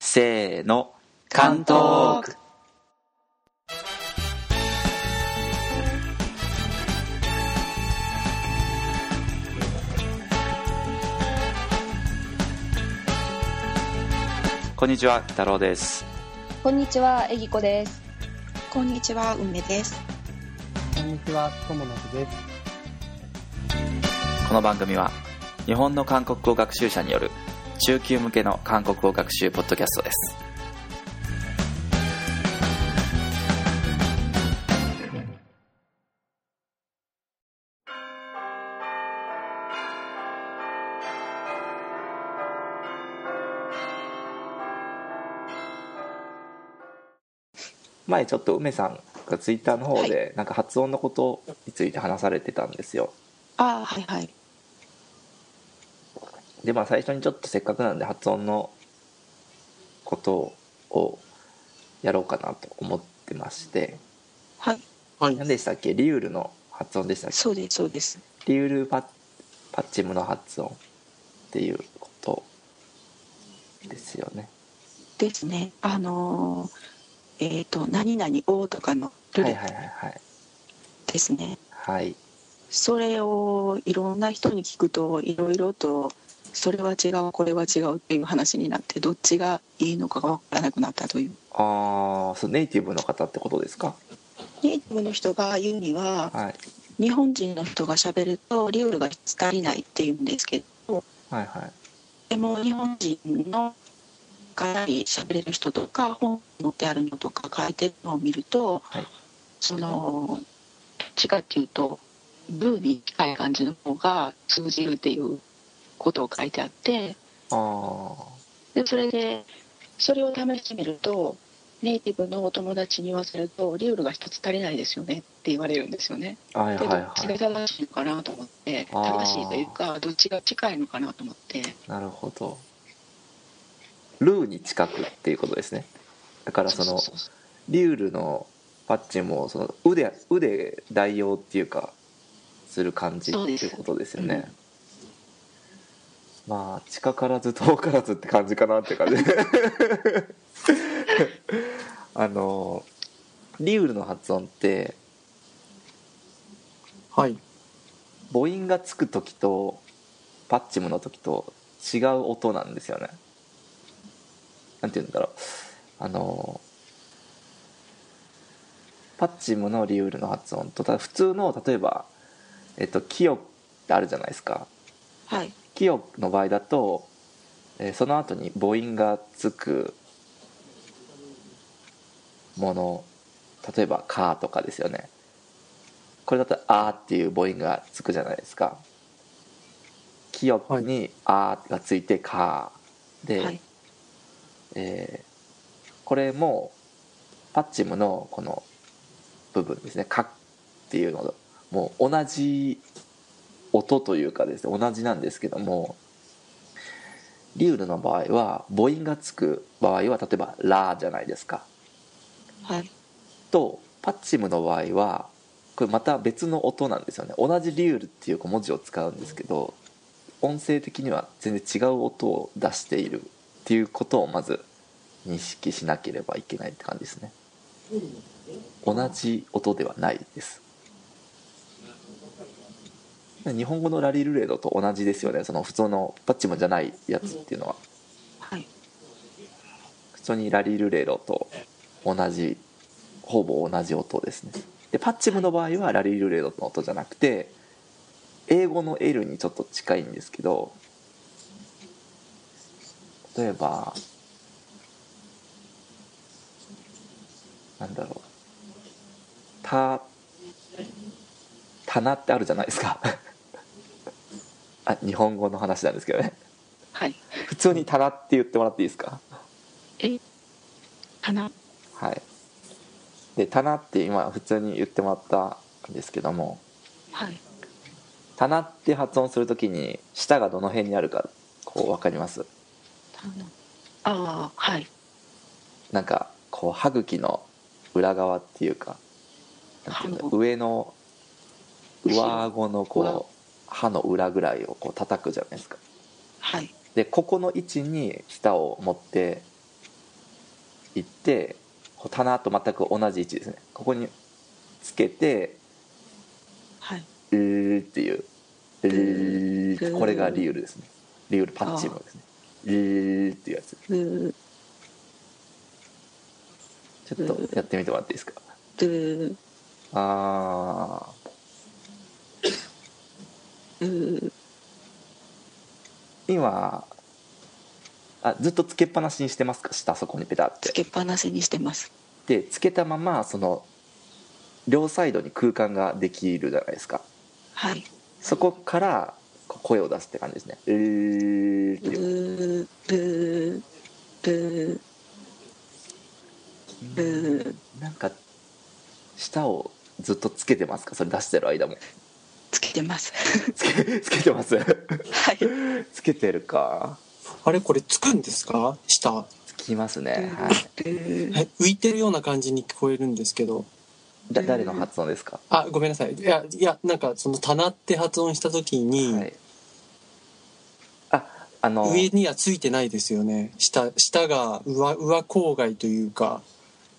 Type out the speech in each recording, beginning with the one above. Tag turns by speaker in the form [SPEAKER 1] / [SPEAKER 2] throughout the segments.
[SPEAKER 1] せーの
[SPEAKER 2] 関東区
[SPEAKER 1] こんにちは太郎です
[SPEAKER 3] こんにちは、えぎこです。
[SPEAKER 2] こんにちは、梅です。
[SPEAKER 4] こんにちは、とものくです。
[SPEAKER 1] この番組は日本の韓国語学習者による中級向けの韓国語学習ポッドキャストです前ちょっと梅さんがツイッターの方でなんか発音のことについて話されてたんですよ、
[SPEAKER 2] ああ、はいはい。
[SPEAKER 1] でまあ最初にちょっとせっかくなんで発音のことをやろうかなと思ってまして
[SPEAKER 2] はい。
[SPEAKER 1] 何でしたっけリウルの発音でしたっ
[SPEAKER 2] そうです、そうです。
[SPEAKER 1] けリウルパパッチムの発音っていうことですよね
[SPEAKER 2] ですね。あのーえっ、と、何々をとかのル
[SPEAKER 1] はい
[SPEAKER 2] ール
[SPEAKER 1] はいはいはい
[SPEAKER 2] ですね。
[SPEAKER 1] はい
[SPEAKER 2] それをいろんな人に聞くと、いろいろと、それは違う、これは違うっていう話になって、どっちがいいのかが分からなくなったという。
[SPEAKER 1] ああそうネイティブの方ってことですか
[SPEAKER 2] ネイティブの人が言うには、
[SPEAKER 1] はい
[SPEAKER 2] 日本人の人が喋ると、リウルが足りないっていうんですけど、
[SPEAKER 1] はいはい
[SPEAKER 2] でも日本人のかなり喋れる人とか本持ってあるのとか書いてるのを見ると、
[SPEAKER 1] はい
[SPEAKER 2] そのどっちかっていうとルーに近い感じの方が通じるっていうことを書いてあって
[SPEAKER 1] ああ
[SPEAKER 2] でそれでそれを試してみるとネイティブのお友達に言わせるとリウルが一つ足りないですよねって言われるんですよね。
[SPEAKER 1] はい
[SPEAKER 2] で
[SPEAKER 1] はい
[SPEAKER 2] どっ
[SPEAKER 1] は
[SPEAKER 2] ちが
[SPEAKER 1] い
[SPEAKER 2] 正しいのかなと思って
[SPEAKER 1] あー
[SPEAKER 2] 正しいというかどっちが近いのかなと思って。
[SPEAKER 1] なるほどルーに近くっていうことですねだからその
[SPEAKER 2] ううそう
[SPEAKER 1] リュールのパッチもその腕腕代用っていうかする感じっていうことですよ
[SPEAKER 2] そう
[SPEAKER 1] ね
[SPEAKER 2] で、
[SPEAKER 1] まあ近からず遠からずって感じかなって感じ あのリュールの発音って
[SPEAKER 4] はい。
[SPEAKER 1] 母音がつく時とパッチムの時と違う音なんですよねなんて言うんだろうあのパッチムのリュールの発音とただ普通の例えば「えっと、キヨ」ってあるじゃないですか
[SPEAKER 2] はい
[SPEAKER 1] 「キヨ」の場合だと、えーその後に母音がつくもの例えば「か」とかですよねこれだと「あ」っていう母音がつくじゃないですか「キヨ」に「あ」がついて「か」で、
[SPEAKER 2] はい
[SPEAKER 1] えーこれもパッチムのこの部分ですね「か」っていうのともう同じ音というかですね同じなんですけどもリュールの場合は母音がつく場合は例えば「ラ」じゃないですか
[SPEAKER 2] はい
[SPEAKER 1] とパッチムの場合はこれまた別の音なんですよね同じリュールっていうこう文字を使うんですけど音声的には全然違う音を出しているっていうことをまず認識しなければいけないって感じですね同じ音ではないです日本語のラリルレードと同じですよねその普通のパッチムじゃないやつっていうのは
[SPEAKER 2] はい
[SPEAKER 1] 普通にラリルレロと同じほぼ同じ音ですねでパッチムの場合はラリルレロの音じゃなくて英語の L にちょっと近いんですけど例えばなんだろう「た」「棚」ってあるじゃないですか あ日本語の話なんですけどね
[SPEAKER 2] はい
[SPEAKER 1] 普通に「棚」って言ってもらっていいですか
[SPEAKER 2] え花
[SPEAKER 1] はい、で棚って今普通に言ってもらったんですけども
[SPEAKER 2] はい
[SPEAKER 1] 棚って発音するときに舌がどの辺にあるかこう分かります
[SPEAKER 2] 花ああはい
[SPEAKER 1] なんかこう歯茎の裏側っていうかなんていうの
[SPEAKER 2] 歯の
[SPEAKER 1] 上の
[SPEAKER 2] 後ろ
[SPEAKER 1] 上顎のこう歯の裏ぐらいをこう叩くじゃないですか
[SPEAKER 2] はい
[SPEAKER 1] でここの位置に舌を持って行ってこう棚と全く同じ位置ですねここにつけて
[SPEAKER 2] はい
[SPEAKER 1] 「うー」っていう「うー」ってこれがリュールですねリュールパッチムですね「うー」っていうやつ
[SPEAKER 2] ルー
[SPEAKER 1] ちょっとやってみてもらっていいですか
[SPEAKER 2] ルー
[SPEAKER 1] あ
[SPEAKER 2] ルー
[SPEAKER 1] ー今あずっとつけっぱなしにしてますか下そこにペタって
[SPEAKER 2] つけっぱなしにしてます
[SPEAKER 1] でつけたままその両サイドに空間ができるじゃないですか
[SPEAKER 2] はい
[SPEAKER 1] そこからこう声を出すって感じですね「うー」って
[SPEAKER 2] ル
[SPEAKER 1] いう
[SPEAKER 2] ールールールー
[SPEAKER 1] なんか舌をずっとつけてますかそれ出してる間も
[SPEAKER 2] つけてます
[SPEAKER 1] つけつけてます
[SPEAKER 2] はい
[SPEAKER 1] つけてるか
[SPEAKER 5] あれこれつくんですか下。
[SPEAKER 1] つきますね
[SPEAKER 2] うん
[SPEAKER 1] はい
[SPEAKER 2] ルー
[SPEAKER 5] え浮いてるような感じに聞こえるんですけど。
[SPEAKER 1] だ誰の発音ですか
[SPEAKER 5] あ、ごめんなさい。いや、いや、なんかその棚って発音した時に、
[SPEAKER 1] はいああの
[SPEAKER 5] 上にはついてないですよね。下、下が上、上郊外というか、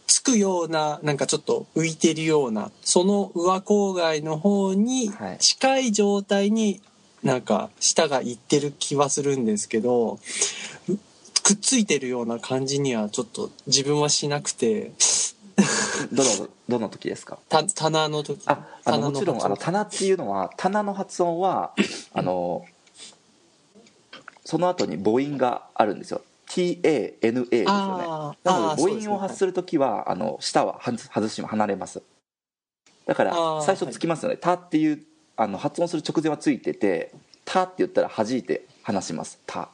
[SPEAKER 5] つくような、なんかちょっと浮いてるような、その上郊外の方に
[SPEAKER 1] はい
[SPEAKER 5] 近い状態に、なんか下が行ってる気はするんですけど、うくっついてるような感じにはちょっと自分はしなくて、
[SPEAKER 1] どのどの時ですか
[SPEAKER 5] た棚の時。
[SPEAKER 1] ああの
[SPEAKER 5] 棚の
[SPEAKER 1] もちろん
[SPEAKER 5] 発音
[SPEAKER 1] あの棚っていうのは棚の発音はあのその後に母音があるんですよ TANA ですよね
[SPEAKER 5] あー
[SPEAKER 1] なの
[SPEAKER 5] あー
[SPEAKER 1] で
[SPEAKER 5] そ
[SPEAKER 1] 母
[SPEAKER 5] うです
[SPEAKER 1] 音を発する時はあの舌ははず外し離れますだから
[SPEAKER 5] あー
[SPEAKER 1] 最初つきますよね「た」っていうあの発音する直前はついてて「た」って言ったら弾いて離します「た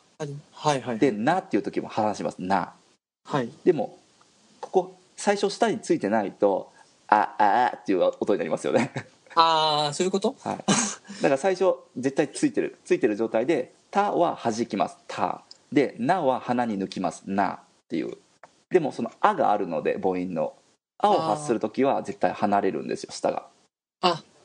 [SPEAKER 5] はいは」い
[SPEAKER 1] で「な」っていう時も離します「な」
[SPEAKER 5] はい
[SPEAKER 1] でもここ最初舌についてないと「ああ」っていう音になりますよね
[SPEAKER 5] ああそういうこと
[SPEAKER 1] はい、だから最初絶対ついてるついてる状態で「た」は弾きます「た」で「な」は鼻に抜きます「な」っていうでもその「あ」があるので母音の「あ」を発する時は絶対離れるんですよ下が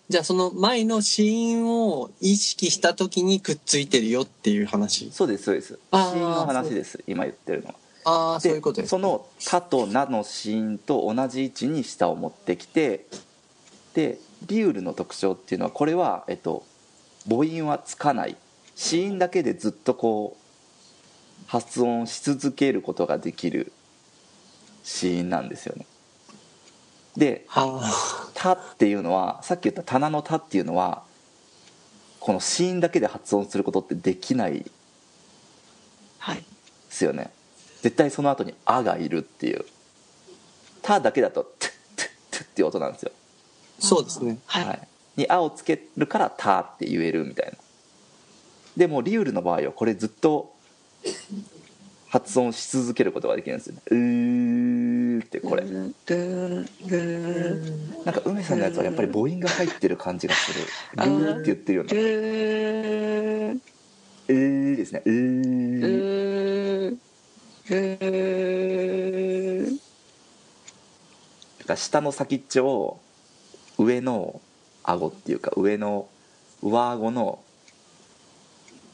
[SPEAKER 5] じゃあその前の子音を意識した時にくっついてるよっていう話
[SPEAKER 1] そうですそうです子
[SPEAKER 5] あー
[SPEAKER 1] 音の話です今言ってるのは
[SPEAKER 5] ああそういうことです
[SPEAKER 1] その「た」と「な」の子音と同じ位置に下を持ってきてでリュールの特徴っていうのはこれは、えっと、母音はつかない子音だけでずっとこう発音し続けることができる子音なんですよね。で
[SPEAKER 5] あ
[SPEAKER 1] 「た」っていうのはさっき言った「棚の「た」っていうのはこの子音だけで発音することってできないで
[SPEAKER 2] はい
[SPEAKER 1] すよね。絶対その後に「あ」がいるっていう「た」だけだと「トゥットゥットゥッ」っていう音なんですよ。
[SPEAKER 5] あそうですね
[SPEAKER 2] はい、
[SPEAKER 1] はい、に「あ」をつけるから「た」って言えるみたいなでもリュールの場合はこれずっと発音し続けることができるんですよね「うー」ってこれ
[SPEAKER 2] ルールールー
[SPEAKER 1] なんか梅さんのやつはやっぱり母音が入ってる感じがする「
[SPEAKER 2] あ
[SPEAKER 1] ルー」っ
[SPEAKER 2] ー
[SPEAKER 1] て言ってるような
[SPEAKER 2] ルー
[SPEAKER 1] 「うー」ですね「う
[SPEAKER 2] ル
[SPEAKER 1] ー」
[SPEAKER 2] ールー
[SPEAKER 1] だから下の先っちょを上の顎っていうか上の上顎の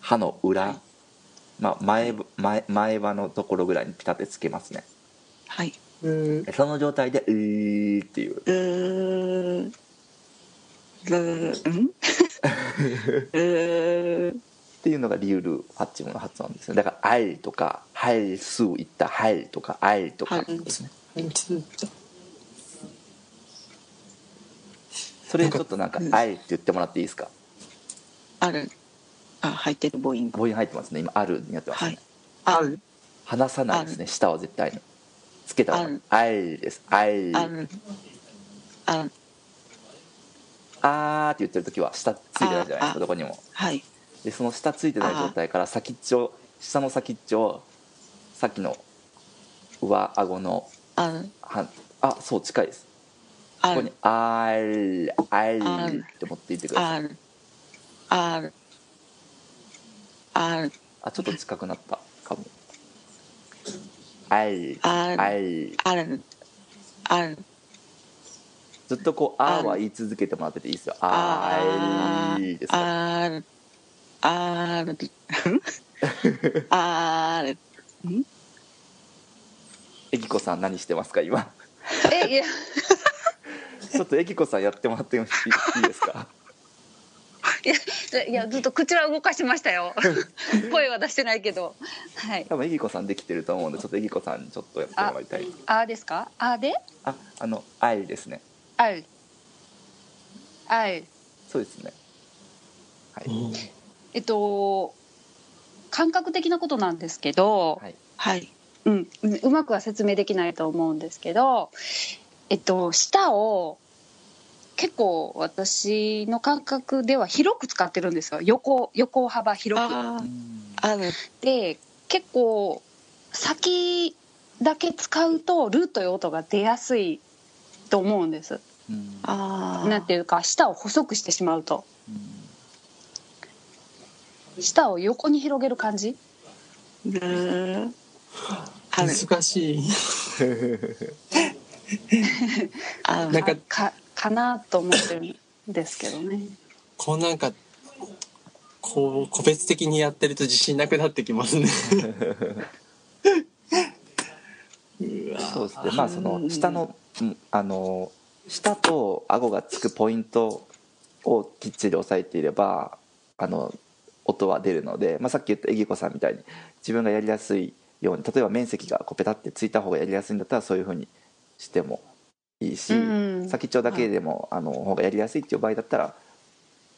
[SPEAKER 1] 歯の裏、まあ、前前前歯のところぐらいにピタってつけますね
[SPEAKER 2] はい
[SPEAKER 5] うん
[SPEAKER 1] その状態で「うー」っていう
[SPEAKER 2] ルールーんルー
[SPEAKER 1] っていうのがリュールパッチムの発音ですねだから「あい」とか「はい」「す」いった「はい」とか「あい」とかですねそれちょっとなんか
[SPEAKER 2] な
[SPEAKER 1] 「
[SPEAKER 2] んか
[SPEAKER 1] あい」って言ってもらっていいですか
[SPEAKER 2] あるあ入ってる母音が
[SPEAKER 1] 母音入ってますね今「ある」になってます
[SPEAKER 2] は
[SPEAKER 1] ね、
[SPEAKER 2] いある
[SPEAKER 1] 離さないですね舌は絶対につけたま
[SPEAKER 2] あ
[SPEAKER 1] ま
[SPEAKER 2] る
[SPEAKER 1] 「あい」です「あい」
[SPEAKER 2] あるある
[SPEAKER 1] あーって言ってる時は舌ついてないじゃないです
[SPEAKER 2] あ
[SPEAKER 1] か
[SPEAKER 2] ー
[SPEAKER 1] どこにも
[SPEAKER 2] はい
[SPEAKER 1] でその舌ついてない状態から先っちょ舌の先っちょをさっきの上顎の
[SPEAKER 2] ある
[SPEAKER 1] はあそう近いです
[SPEAKER 2] あ
[SPEAKER 1] ここに
[SPEAKER 2] る
[SPEAKER 1] 「あい」「あい」
[SPEAKER 2] ある
[SPEAKER 1] って持っていってください
[SPEAKER 2] あるあるある
[SPEAKER 1] あちょっと近くなったかもあい
[SPEAKER 2] ある
[SPEAKER 1] あい
[SPEAKER 2] あるある
[SPEAKER 1] ずっとこう「あ」は言い続けてもらってていいですよ「あい」ですね
[SPEAKER 2] あるあるあるん
[SPEAKER 1] えきこさん何してますか 今
[SPEAKER 3] え、いや、
[SPEAKER 1] ちょっとえきこさんやってもらってもいいいいですか
[SPEAKER 3] いや、ずっと口は動かしましたよ。声は出してないけど。はい。
[SPEAKER 1] 多分えきこさんできてると思うんでちょっとえきこさんにちょっとやってもらいたい
[SPEAKER 3] あーですか。あーで。
[SPEAKER 1] ああの「愛」ですね
[SPEAKER 3] ある。ある。
[SPEAKER 1] そうですねはい、
[SPEAKER 3] えっと。感覚的なことなんですけど。
[SPEAKER 1] はい、
[SPEAKER 2] はい
[SPEAKER 3] うん、うんうまくは説明できないと思うんですけど、えっと、舌を結構私の感覚では広く使ってるんですよ横横幅広く。
[SPEAKER 2] あ
[SPEAKER 1] うん
[SPEAKER 2] あある
[SPEAKER 3] で結構先だけ使うと「ル」という音が出やすいと思うんです。
[SPEAKER 1] うん
[SPEAKER 2] ああ
[SPEAKER 3] なんていうか舌を細くしてしまうと舌を横に広げる感じ
[SPEAKER 2] ねーある
[SPEAKER 5] 難しい
[SPEAKER 2] あ
[SPEAKER 5] なんか
[SPEAKER 3] かかなと思ってるんですけどね。
[SPEAKER 5] こうなんかこう個別的にやってると自信なくなってきますねうわ
[SPEAKER 1] そうですねまあそ
[SPEAKER 2] うん
[SPEAKER 1] の下のうんあの下と顎がつくポイントをきっちり押さえていればあの音は出るので、まあ、さっき言ったえぎこさんみたいに自分がやりやすいように例えば面積がこうペタってついた方がやりやすいんだったらそういうふうにしてもいいし、
[SPEAKER 3] うん
[SPEAKER 1] 先っちょだけでも、あの方がやりやすいっていう場合だったら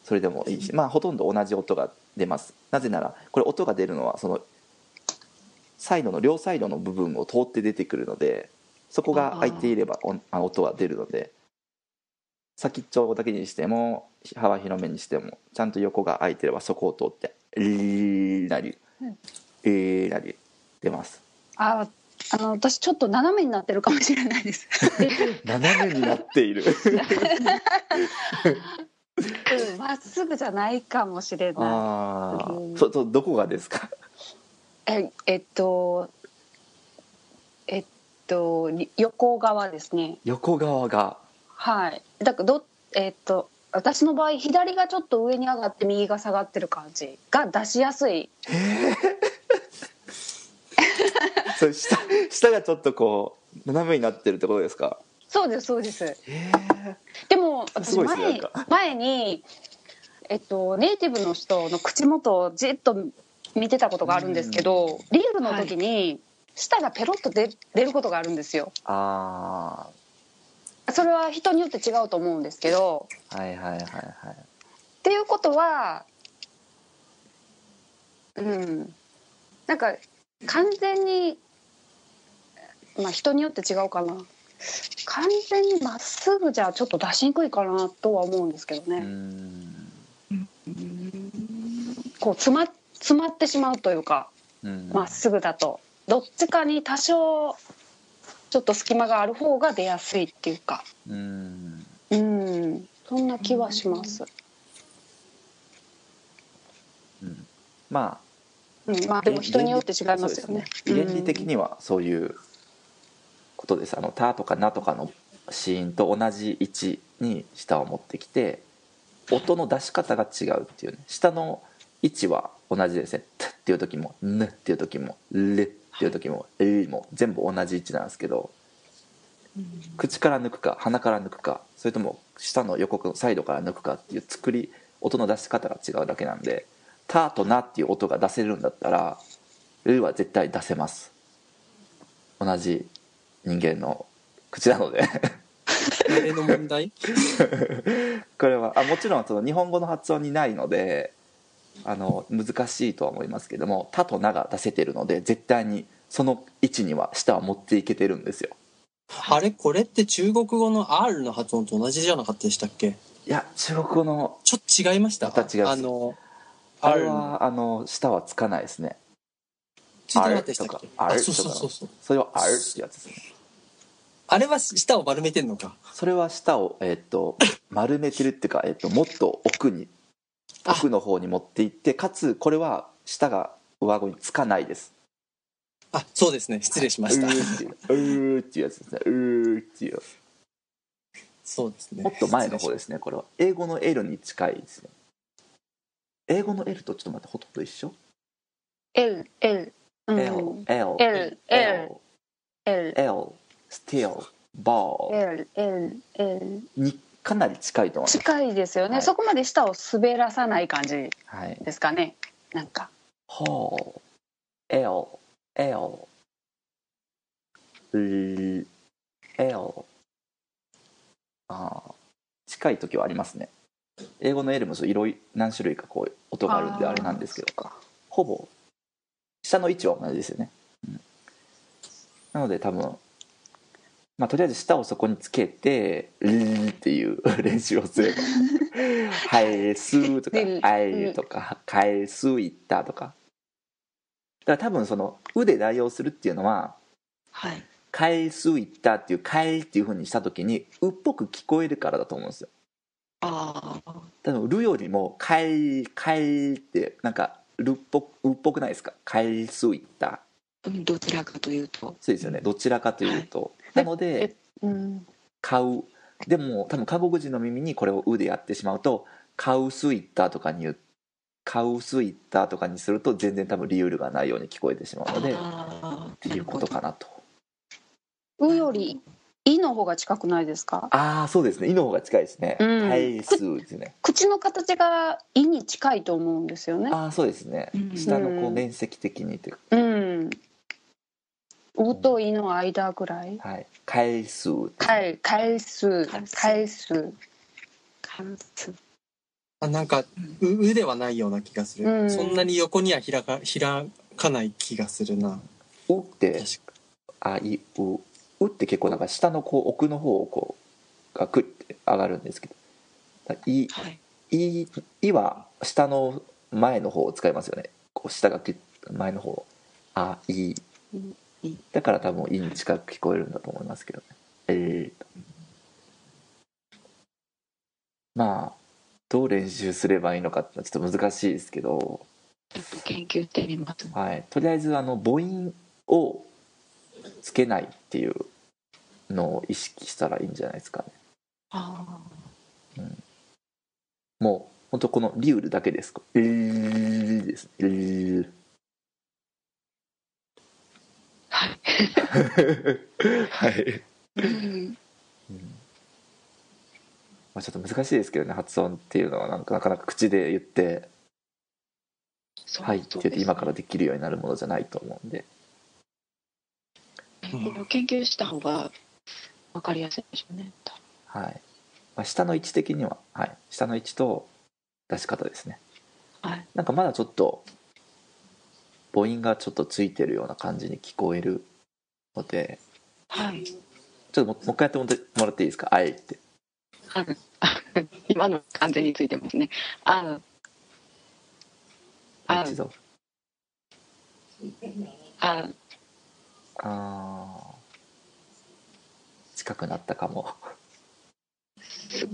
[SPEAKER 1] それでもいいし、まあ、ほとんど同じ音が出ますなぜならこれ音が出るのはそのサイドの両サイドの部分を通って出てくるのでそこが空いていればおあ音は出るので先っちょだけにしても幅広めにしてもちゃんと横が空いてればそこを通って「リーなり
[SPEAKER 3] うん
[SPEAKER 1] 「えーなり出ます
[SPEAKER 3] ああの私ちょっと斜めになってるかもしれな いです。
[SPEAKER 1] 斜めになって いる
[SPEAKER 3] うんまっすぐじゃないかもしれない。
[SPEAKER 1] ああ
[SPEAKER 3] うん
[SPEAKER 1] そそどこがですか
[SPEAKER 3] ええっとえっとり横側ですね
[SPEAKER 1] 横側が
[SPEAKER 3] はいだからどえっと私の場合左がちょっと上に上がって右が下がってる感じが出しやすい
[SPEAKER 1] そう下下がちょっとこう斜めになってるってことですか
[SPEAKER 3] そうですそうです
[SPEAKER 1] へえ
[SPEAKER 3] でも
[SPEAKER 1] す
[SPEAKER 3] 私
[SPEAKER 1] ごいですね
[SPEAKER 3] 前
[SPEAKER 1] なんか
[SPEAKER 3] 前にえっとネイティブの人の口元をじっと見てたことがあるんですけどリールの時に舌がペロッと出出ることがあるんですよ
[SPEAKER 1] あ
[SPEAKER 3] それは人によって違うと思うんですけど
[SPEAKER 1] あはいはいはいはい
[SPEAKER 3] っていうことはうんなんか完全にまあ人によって違うかな完全にまっすぐじゃちょっと出しにくいかなとは思うんですけどね、
[SPEAKER 1] うん
[SPEAKER 3] こう詰ま詰まってしまうというか
[SPEAKER 1] うん
[SPEAKER 3] まっすぐだとどっちかに多少ちょっと隙間がある方が出やすいっていうか
[SPEAKER 1] うん
[SPEAKER 3] うんそんな気はします、
[SPEAKER 1] うんまあ
[SPEAKER 3] うん、まあでも人によって違いますよね
[SPEAKER 1] そうですね原理的にはそういうことですあの「た」とか「な」とかの子音と同じ位置に舌を持ってきて音の出し方が違うっていうね舌の位置は同じですね「た」っていう時も「ぬ」っていう時も「れ」っていう時も「え」も全部同じ位置なんですけど口から抜くか鼻から抜くかそれとも舌の横のサイドから抜くかっていう作り音の出し方が違うだけなんで「た」と「な」っていう音が出せるんだったら「う」は絶対出せます同じ人間の口なので
[SPEAKER 5] 誰の問題
[SPEAKER 1] これはあもちろんその日本語の発音にないのであの難しいとは思いますけども「た」と「な」が出せてるので絶対にその位置には舌は持っていけてるんですよ
[SPEAKER 5] あれこれって中国語の R の発音と同じじゃなかったでしたっけ
[SPEAKER 1] いや中国語の
[SPEAKER 5] ちょっと違いました
[SPEAKER 1] また違います
[SPEAKER 5] あの
[SPEAKER 1] あ
[SPEAKER 5] R
[SPEAKER 1] れ
[SPEAKER 5] の
[SPEAKER 1] はあの舌はつかないですね
[SPEAKER 5] ついてなかったでしたっけ
[SPEAKER 1] あれとかあれ
[SPEAKER 5] あそうそう
[SPEAKER 1] とか
[SPEAKER 5] そうそう
[SPEAKER 1] それは「ある」ってやつですね
[SPEAKER 5] あれは舌を丸めてんのか
[SPEAKER 1] それは舌を、えっと丸めてるっていうか、えっともっと奥に
[SPEAKER 5] あ
[SPEAKER 1] 奥の方に持っていってかつこれは舌が上顎につかないです
[SPEAKER 5] あそうですね失礼しました、
[SPEAKER 1] うーっていううーっていうやつですねうーっていう
[SPEAKER 5] そうですね
[SPEAKER 1] もっと前の方ですねこれは英語の L に近いですね英語の L とちょっと待ってほとんど一緒、
[SPEAKER 3] L L うん
[SPEAKER 1] L L
[SPEAKER 3] L L L
[SPEAKER 1] L still ball
[SPEAKER 3] L L L
[SPEAKER 1] にかなり近いと思います、
[SPEAKER 3] 近いですよね、
[SPEAKER 1] はい
[SPEAKER 3] そこまで舌を滑らさない感じ
[SPEAKER 1] はい、
[SPEAKER 3] ですかねなんか
[SPEAKER 1] hall L L L L あー近い時はありますね英語の L もそういろい何種類かこう音があるんであれなんですけど
[SPEAKER 3] あーそっか
[SPEAKER 1] ほぼ下の位置は同じですよね、うんなので多分まあとりあえず舌をそこにつけて「ルー」っていう 練習をす れば「はいす」とか
[SPEAKER 3] う
[SPEAKER 1] 「
[SPEAKER 3] ん
[SPEAKER 1] あい」とか「かえす」「いった」とかだから多分その「う」で代用するっていうのは
[SPEAKER 2] はい
[SPEAKER 1] 「かえす」「いった」っていう「かえ」っていうふうにした時に「う」っぽく聞こえるからだと思うんですよ
[SPEAKER 2] ああ
[SPEAKER 1] 多分「る」よりも「かえ」「かえ」ってなんか「る」っぽく「う」っぽくないですか「かえす」「いった」
[SPEAKER 2] うんどちらかというと
[SPEAKER 1] そうですよねどちらかというと、
[SPEAKER 3] は
[SPEAKER 1] な
[SPEAKER 3] い
[SPEAKER 1] の
[SPEAKER 3] え
[SPEAKER 1] で
[SPEAKER 3] うん
[SPEAKER 1] 買うでも多分韓国人の耳にこれを「う」でやってしまうと「買うスイッター」とかに言う「買うスイッター」とかにすると全然多分理由がないように聞こえてしまうのでっ
[SPEAKER 2] あ
[SPEAKER 1] ていうことか
[SPEAKER 2] な
[SPEAKER 1] なと
[SPEAKER 3] うよりいの方が近くないですか
[SPEAKER 1] ああそうですね「い」の方が近いですね「
[SPEAKER 3] うん
[SPEAKER 1] はいす」ですね
[SPEAKER 3] 口の形がいに近いと思うんですよね
[SPEAKER 1] ああそうですね
[SPEAKER 2] うん
[SPEAKER 1] 下のこう面積的にというか
[SPEAKER 3] うんおといの間ぐら
[SPEAKER 1] 「
[SPEAKER 3] い
[SPEAKER 1] はい、返す」
[SPEAKER 3] 返返す
[SPEAKER 2] 返す
[SPEAKER 3] 返す
[SPEAKER 2] 関節
[SPEAKER 5] あなんかううではないような気がする、
[SPEAKER 3] うん
[SPEAKER 5] そんなに横には開か開かない気がするな
[SPEAKER 1] 「う」って
[SPEAKER 5] 確か
[SPEAKER 1] 「あいう」「う」って結構なんか下のこう奥の方をこうがクッて上がるんですけどだからい」
[SPEAKER 2] はい
[SPEAKER 1] いいは下の前の方を使いますよねこう下がき前の方あい
[SPEAKER 2] いい
[SPEAKER 1] だから多分いに近く聞こえるんだと思いますけどねえーまあどう練習すればいいのかってのはちょっと難しいですけど、
[SPEAKER 2] ちょっと研究してみます
[SPEAKER 1] はい、とりあえずあの母音をつけないっていうのを意識したらいいんじゃないですかね
[SPEAKER 2] あ
[SPEAKER 1] もう本当このリウルだけです。えーです。えー
[SPEAKER 2] はい
[SPEAKER 1] はい。
[SPEAKER 2] あうん
[SPEAKER 1] まあちょっと難しいですけどね、発音っていうのはなんかなかなか口で言って、
[SPEAKER 2] そう
[SPEAKER 1] はいって
[SPEAKER 2] そう
[SPEAKER 1] 言っ
[SPEAKER 2] で
[SPEAKER 1] て
[SPEAKER 2] す
[SPEAKER 1] 今からできるようになるものじゃないと思うんで。
[SPEAKER 2] これを研究した方がわかりやすいでしょうね多分
[SPEAKER 1] はい。まあ、下の位置的には、はい。下の位置と出し方ですね。
[SPEAKER 2] はい
[SPEAKER 1] なんかまだちょっと母音がちょっとついてるような感じに聞こえるので、
[SPEAKER 2] はい
[SPEAKER 1] ちょっとももう一回やってもらってもらっていいですか、あいって。
[SPEAKER 2] あのあ 今の完全についてますねあのあ
[SPEAKER 1] 一度。
[SPEAKER 2] あ
[SPEAKER 1] ああ。近くなったかも。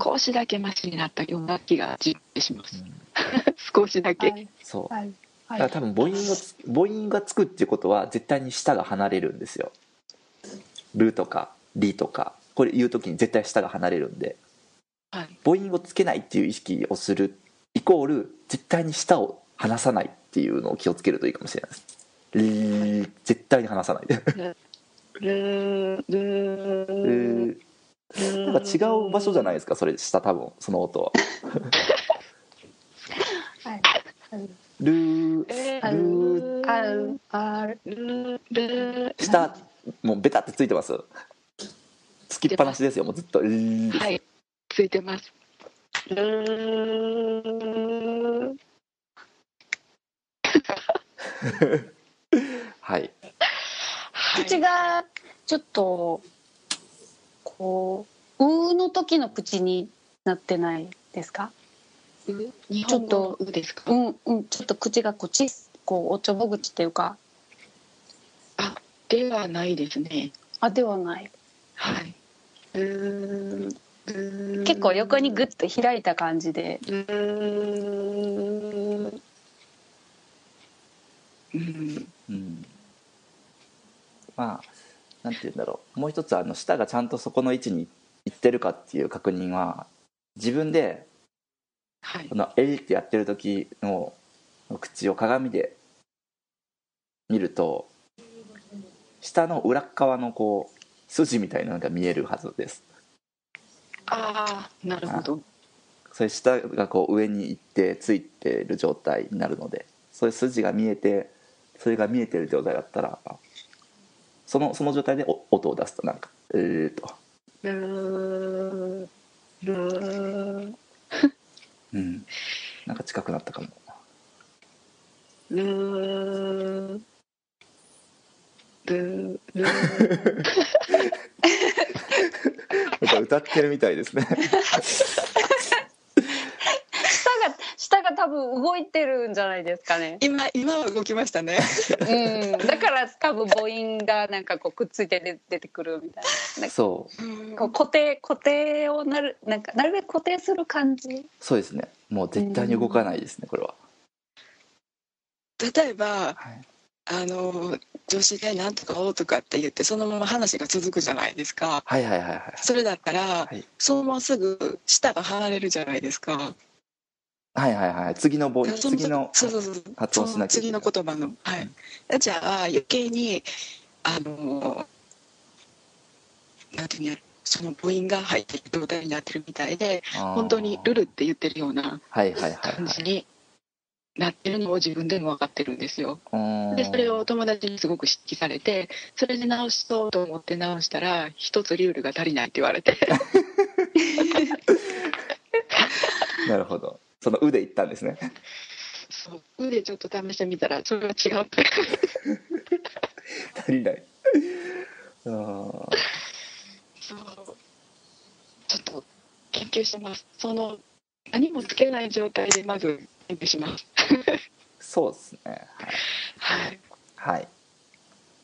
[SPEAKER 2] 少しだけマシになったような気がしま
[SPEAKER 1] う
[SPEAKER 2] す。
[SPEAKER 1] ん
[SPEAKER 2] 少しだけ。
[SPEAKER 3] い
[SPEAKER 1] そう。
[SPEAKER 3] はい
[SPEAKER 1] だから多分母音がつ母音がつくっていうことは絶対に舌が離れるんですよ「る」とか「り」とかこれ言う時に絶対舌が離れるんで
[SPEAKER 2] はい。
[SPEAKER 1] 母音をつけないっていう意識をするイコール絶対に舌を離さないっていうのを気をつけるといいかもしれないです「り」絶対に離さないで
[SPEAKER 2] ルール
[SPEAKER 1] 「
[SPEAKER 2] ー
[SPEAKER 1] る」 なんか違う場所じゃないですかそれ舌多分その音は
[SPEAKER 3] はいは
[SPEAKER 1] 「
[SPEAKER 3] い
[SPEAKER 1] る」
[SPEAKER 2] え
[SPEAKER 1] 「る」
[SPEAKER 3] あるある
[SPEAKER 2] ルールー
[SPEAKER 1] 舌もうベタってついてますつきっぱなしですよもうずっと「る」です
[SPEAKER 2] はい。ついてます。ルー
[SPEAKER 1] はい
[SPEAKER 2] はい
[SPEAKER 3] 口がちょっとこう「う」の時の口になってないですか
[SPEAKER 2] う日本語のうですか
[SPEAKER 3] う。んうんちょっと口がこうちこうおちょぼ口っていうか
[SPEAKER 2] あではないですね。
[SPEAKER 3] あではない
[SPEAKER 2] はい。ルールー
[SPEAKER 3] 結構横にグッと開いた感じで
[SPEAKER 2] ルーうん。
[SPEAKER 1] うんまあなんて言うんだろうもう一つあの舌がちゃんとそこの位置に行ってるかっていう確認は自分で
[SPEAKER 2] はい
[SPEAKER 1] こ。の「えい」ってやってる時の口を鏡で見ると下の裏っ側のこう筋みたいなのが見えるはずです
[SPEAKER 2] ああなるほど
[SPEAKER 1] それ下がこう上に行ってついてる状態になるのでそういう筋が見えてそれが見えてる状態だったらあそのその状態でお音を出すとなんか「えー」と、
[SPEAKER 2] ルールー
[SPEAKER 1] うん、なんか近くなったかも
[SPEAKER 2] ルールールー
[SPEAKER 1] なんか歌ってるみたいですね
[SPEAKER 3] 下が下が多分動いてるんじゃないですかね
[SPEAKER 2] 今今は動きましたね
[SPEAKER 3] うんだから多分母音がなんかこうくっついて出出てくるみたいななん か
[SPEAKER 1] そう
[SPEAKER 3] こう固定固定をなるなんかなるべく固定する感じ
[SPEAKER 1] そうですねもう絶対に動かないですねこれは、
[SPEAKER 2] 例え
[SPEAKER 1] は
[SPEAKER 2] ば
[SPEAKER 1] い、
[SPEAKER 2] あの女子でなんとかおうとかって言ってそのまま話が続くじゃないですか
[SPEAKER 1] はいはいはいはい
[SPEAKER 2] それだった
[SPEAKER 1] は
[SPEAKER 2] ら、
[SPEAKER 1] い
[SPEAKER 2] そのまますぐ舌が離れるじゃないですか
[SPEAKER 1] はいはいはい次の棒
[SPEAKER 2] その
[SPEAKER 1] 次の
[SPEAKER 2] そうそうそう
[SPEAKER 1] 発音しなきゃいけ
[SPEAKER 2] そ
[SPEAKER 1] な
[SPEAKER 2] の
[SPEAKER 1] い
[SPEAKER 2] 次の言葉のはい、じゃあ余計にあのなんていうんやろその母音が入ってる状態になってるみたいで
[SPEAKER 1] あー
[SPEAKER 2] 本当に「ルル」って言ってるような
[SPEAKER 1] はいはいはい
[SPEAKER 2] 感じになってるのを自分でも分かってるんですよ
[SPEAKER 1] はい
[SPEAKER 2] でそれを友達にすごく指摘されてそれで直そうと思って直したら一つルールが足りないって言わ れて
[SPEAKER 1] うんなるほどその「う」で言ったんですね
[SPEAKER 2] そうでちょっと試してみたらそれは違うって
[SPEAKER 1] 足りないあー
[SPEAKER 2] そうちょっと研究してますその何もつけない状態でまず研究します
[SPEAKER 1] そうですねはい
[SPEAKER 2] はい
[SPEAKER 1] はい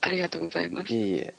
[SPEAKER 2] ありがとうございます
[SPEAKER 1] いえいえ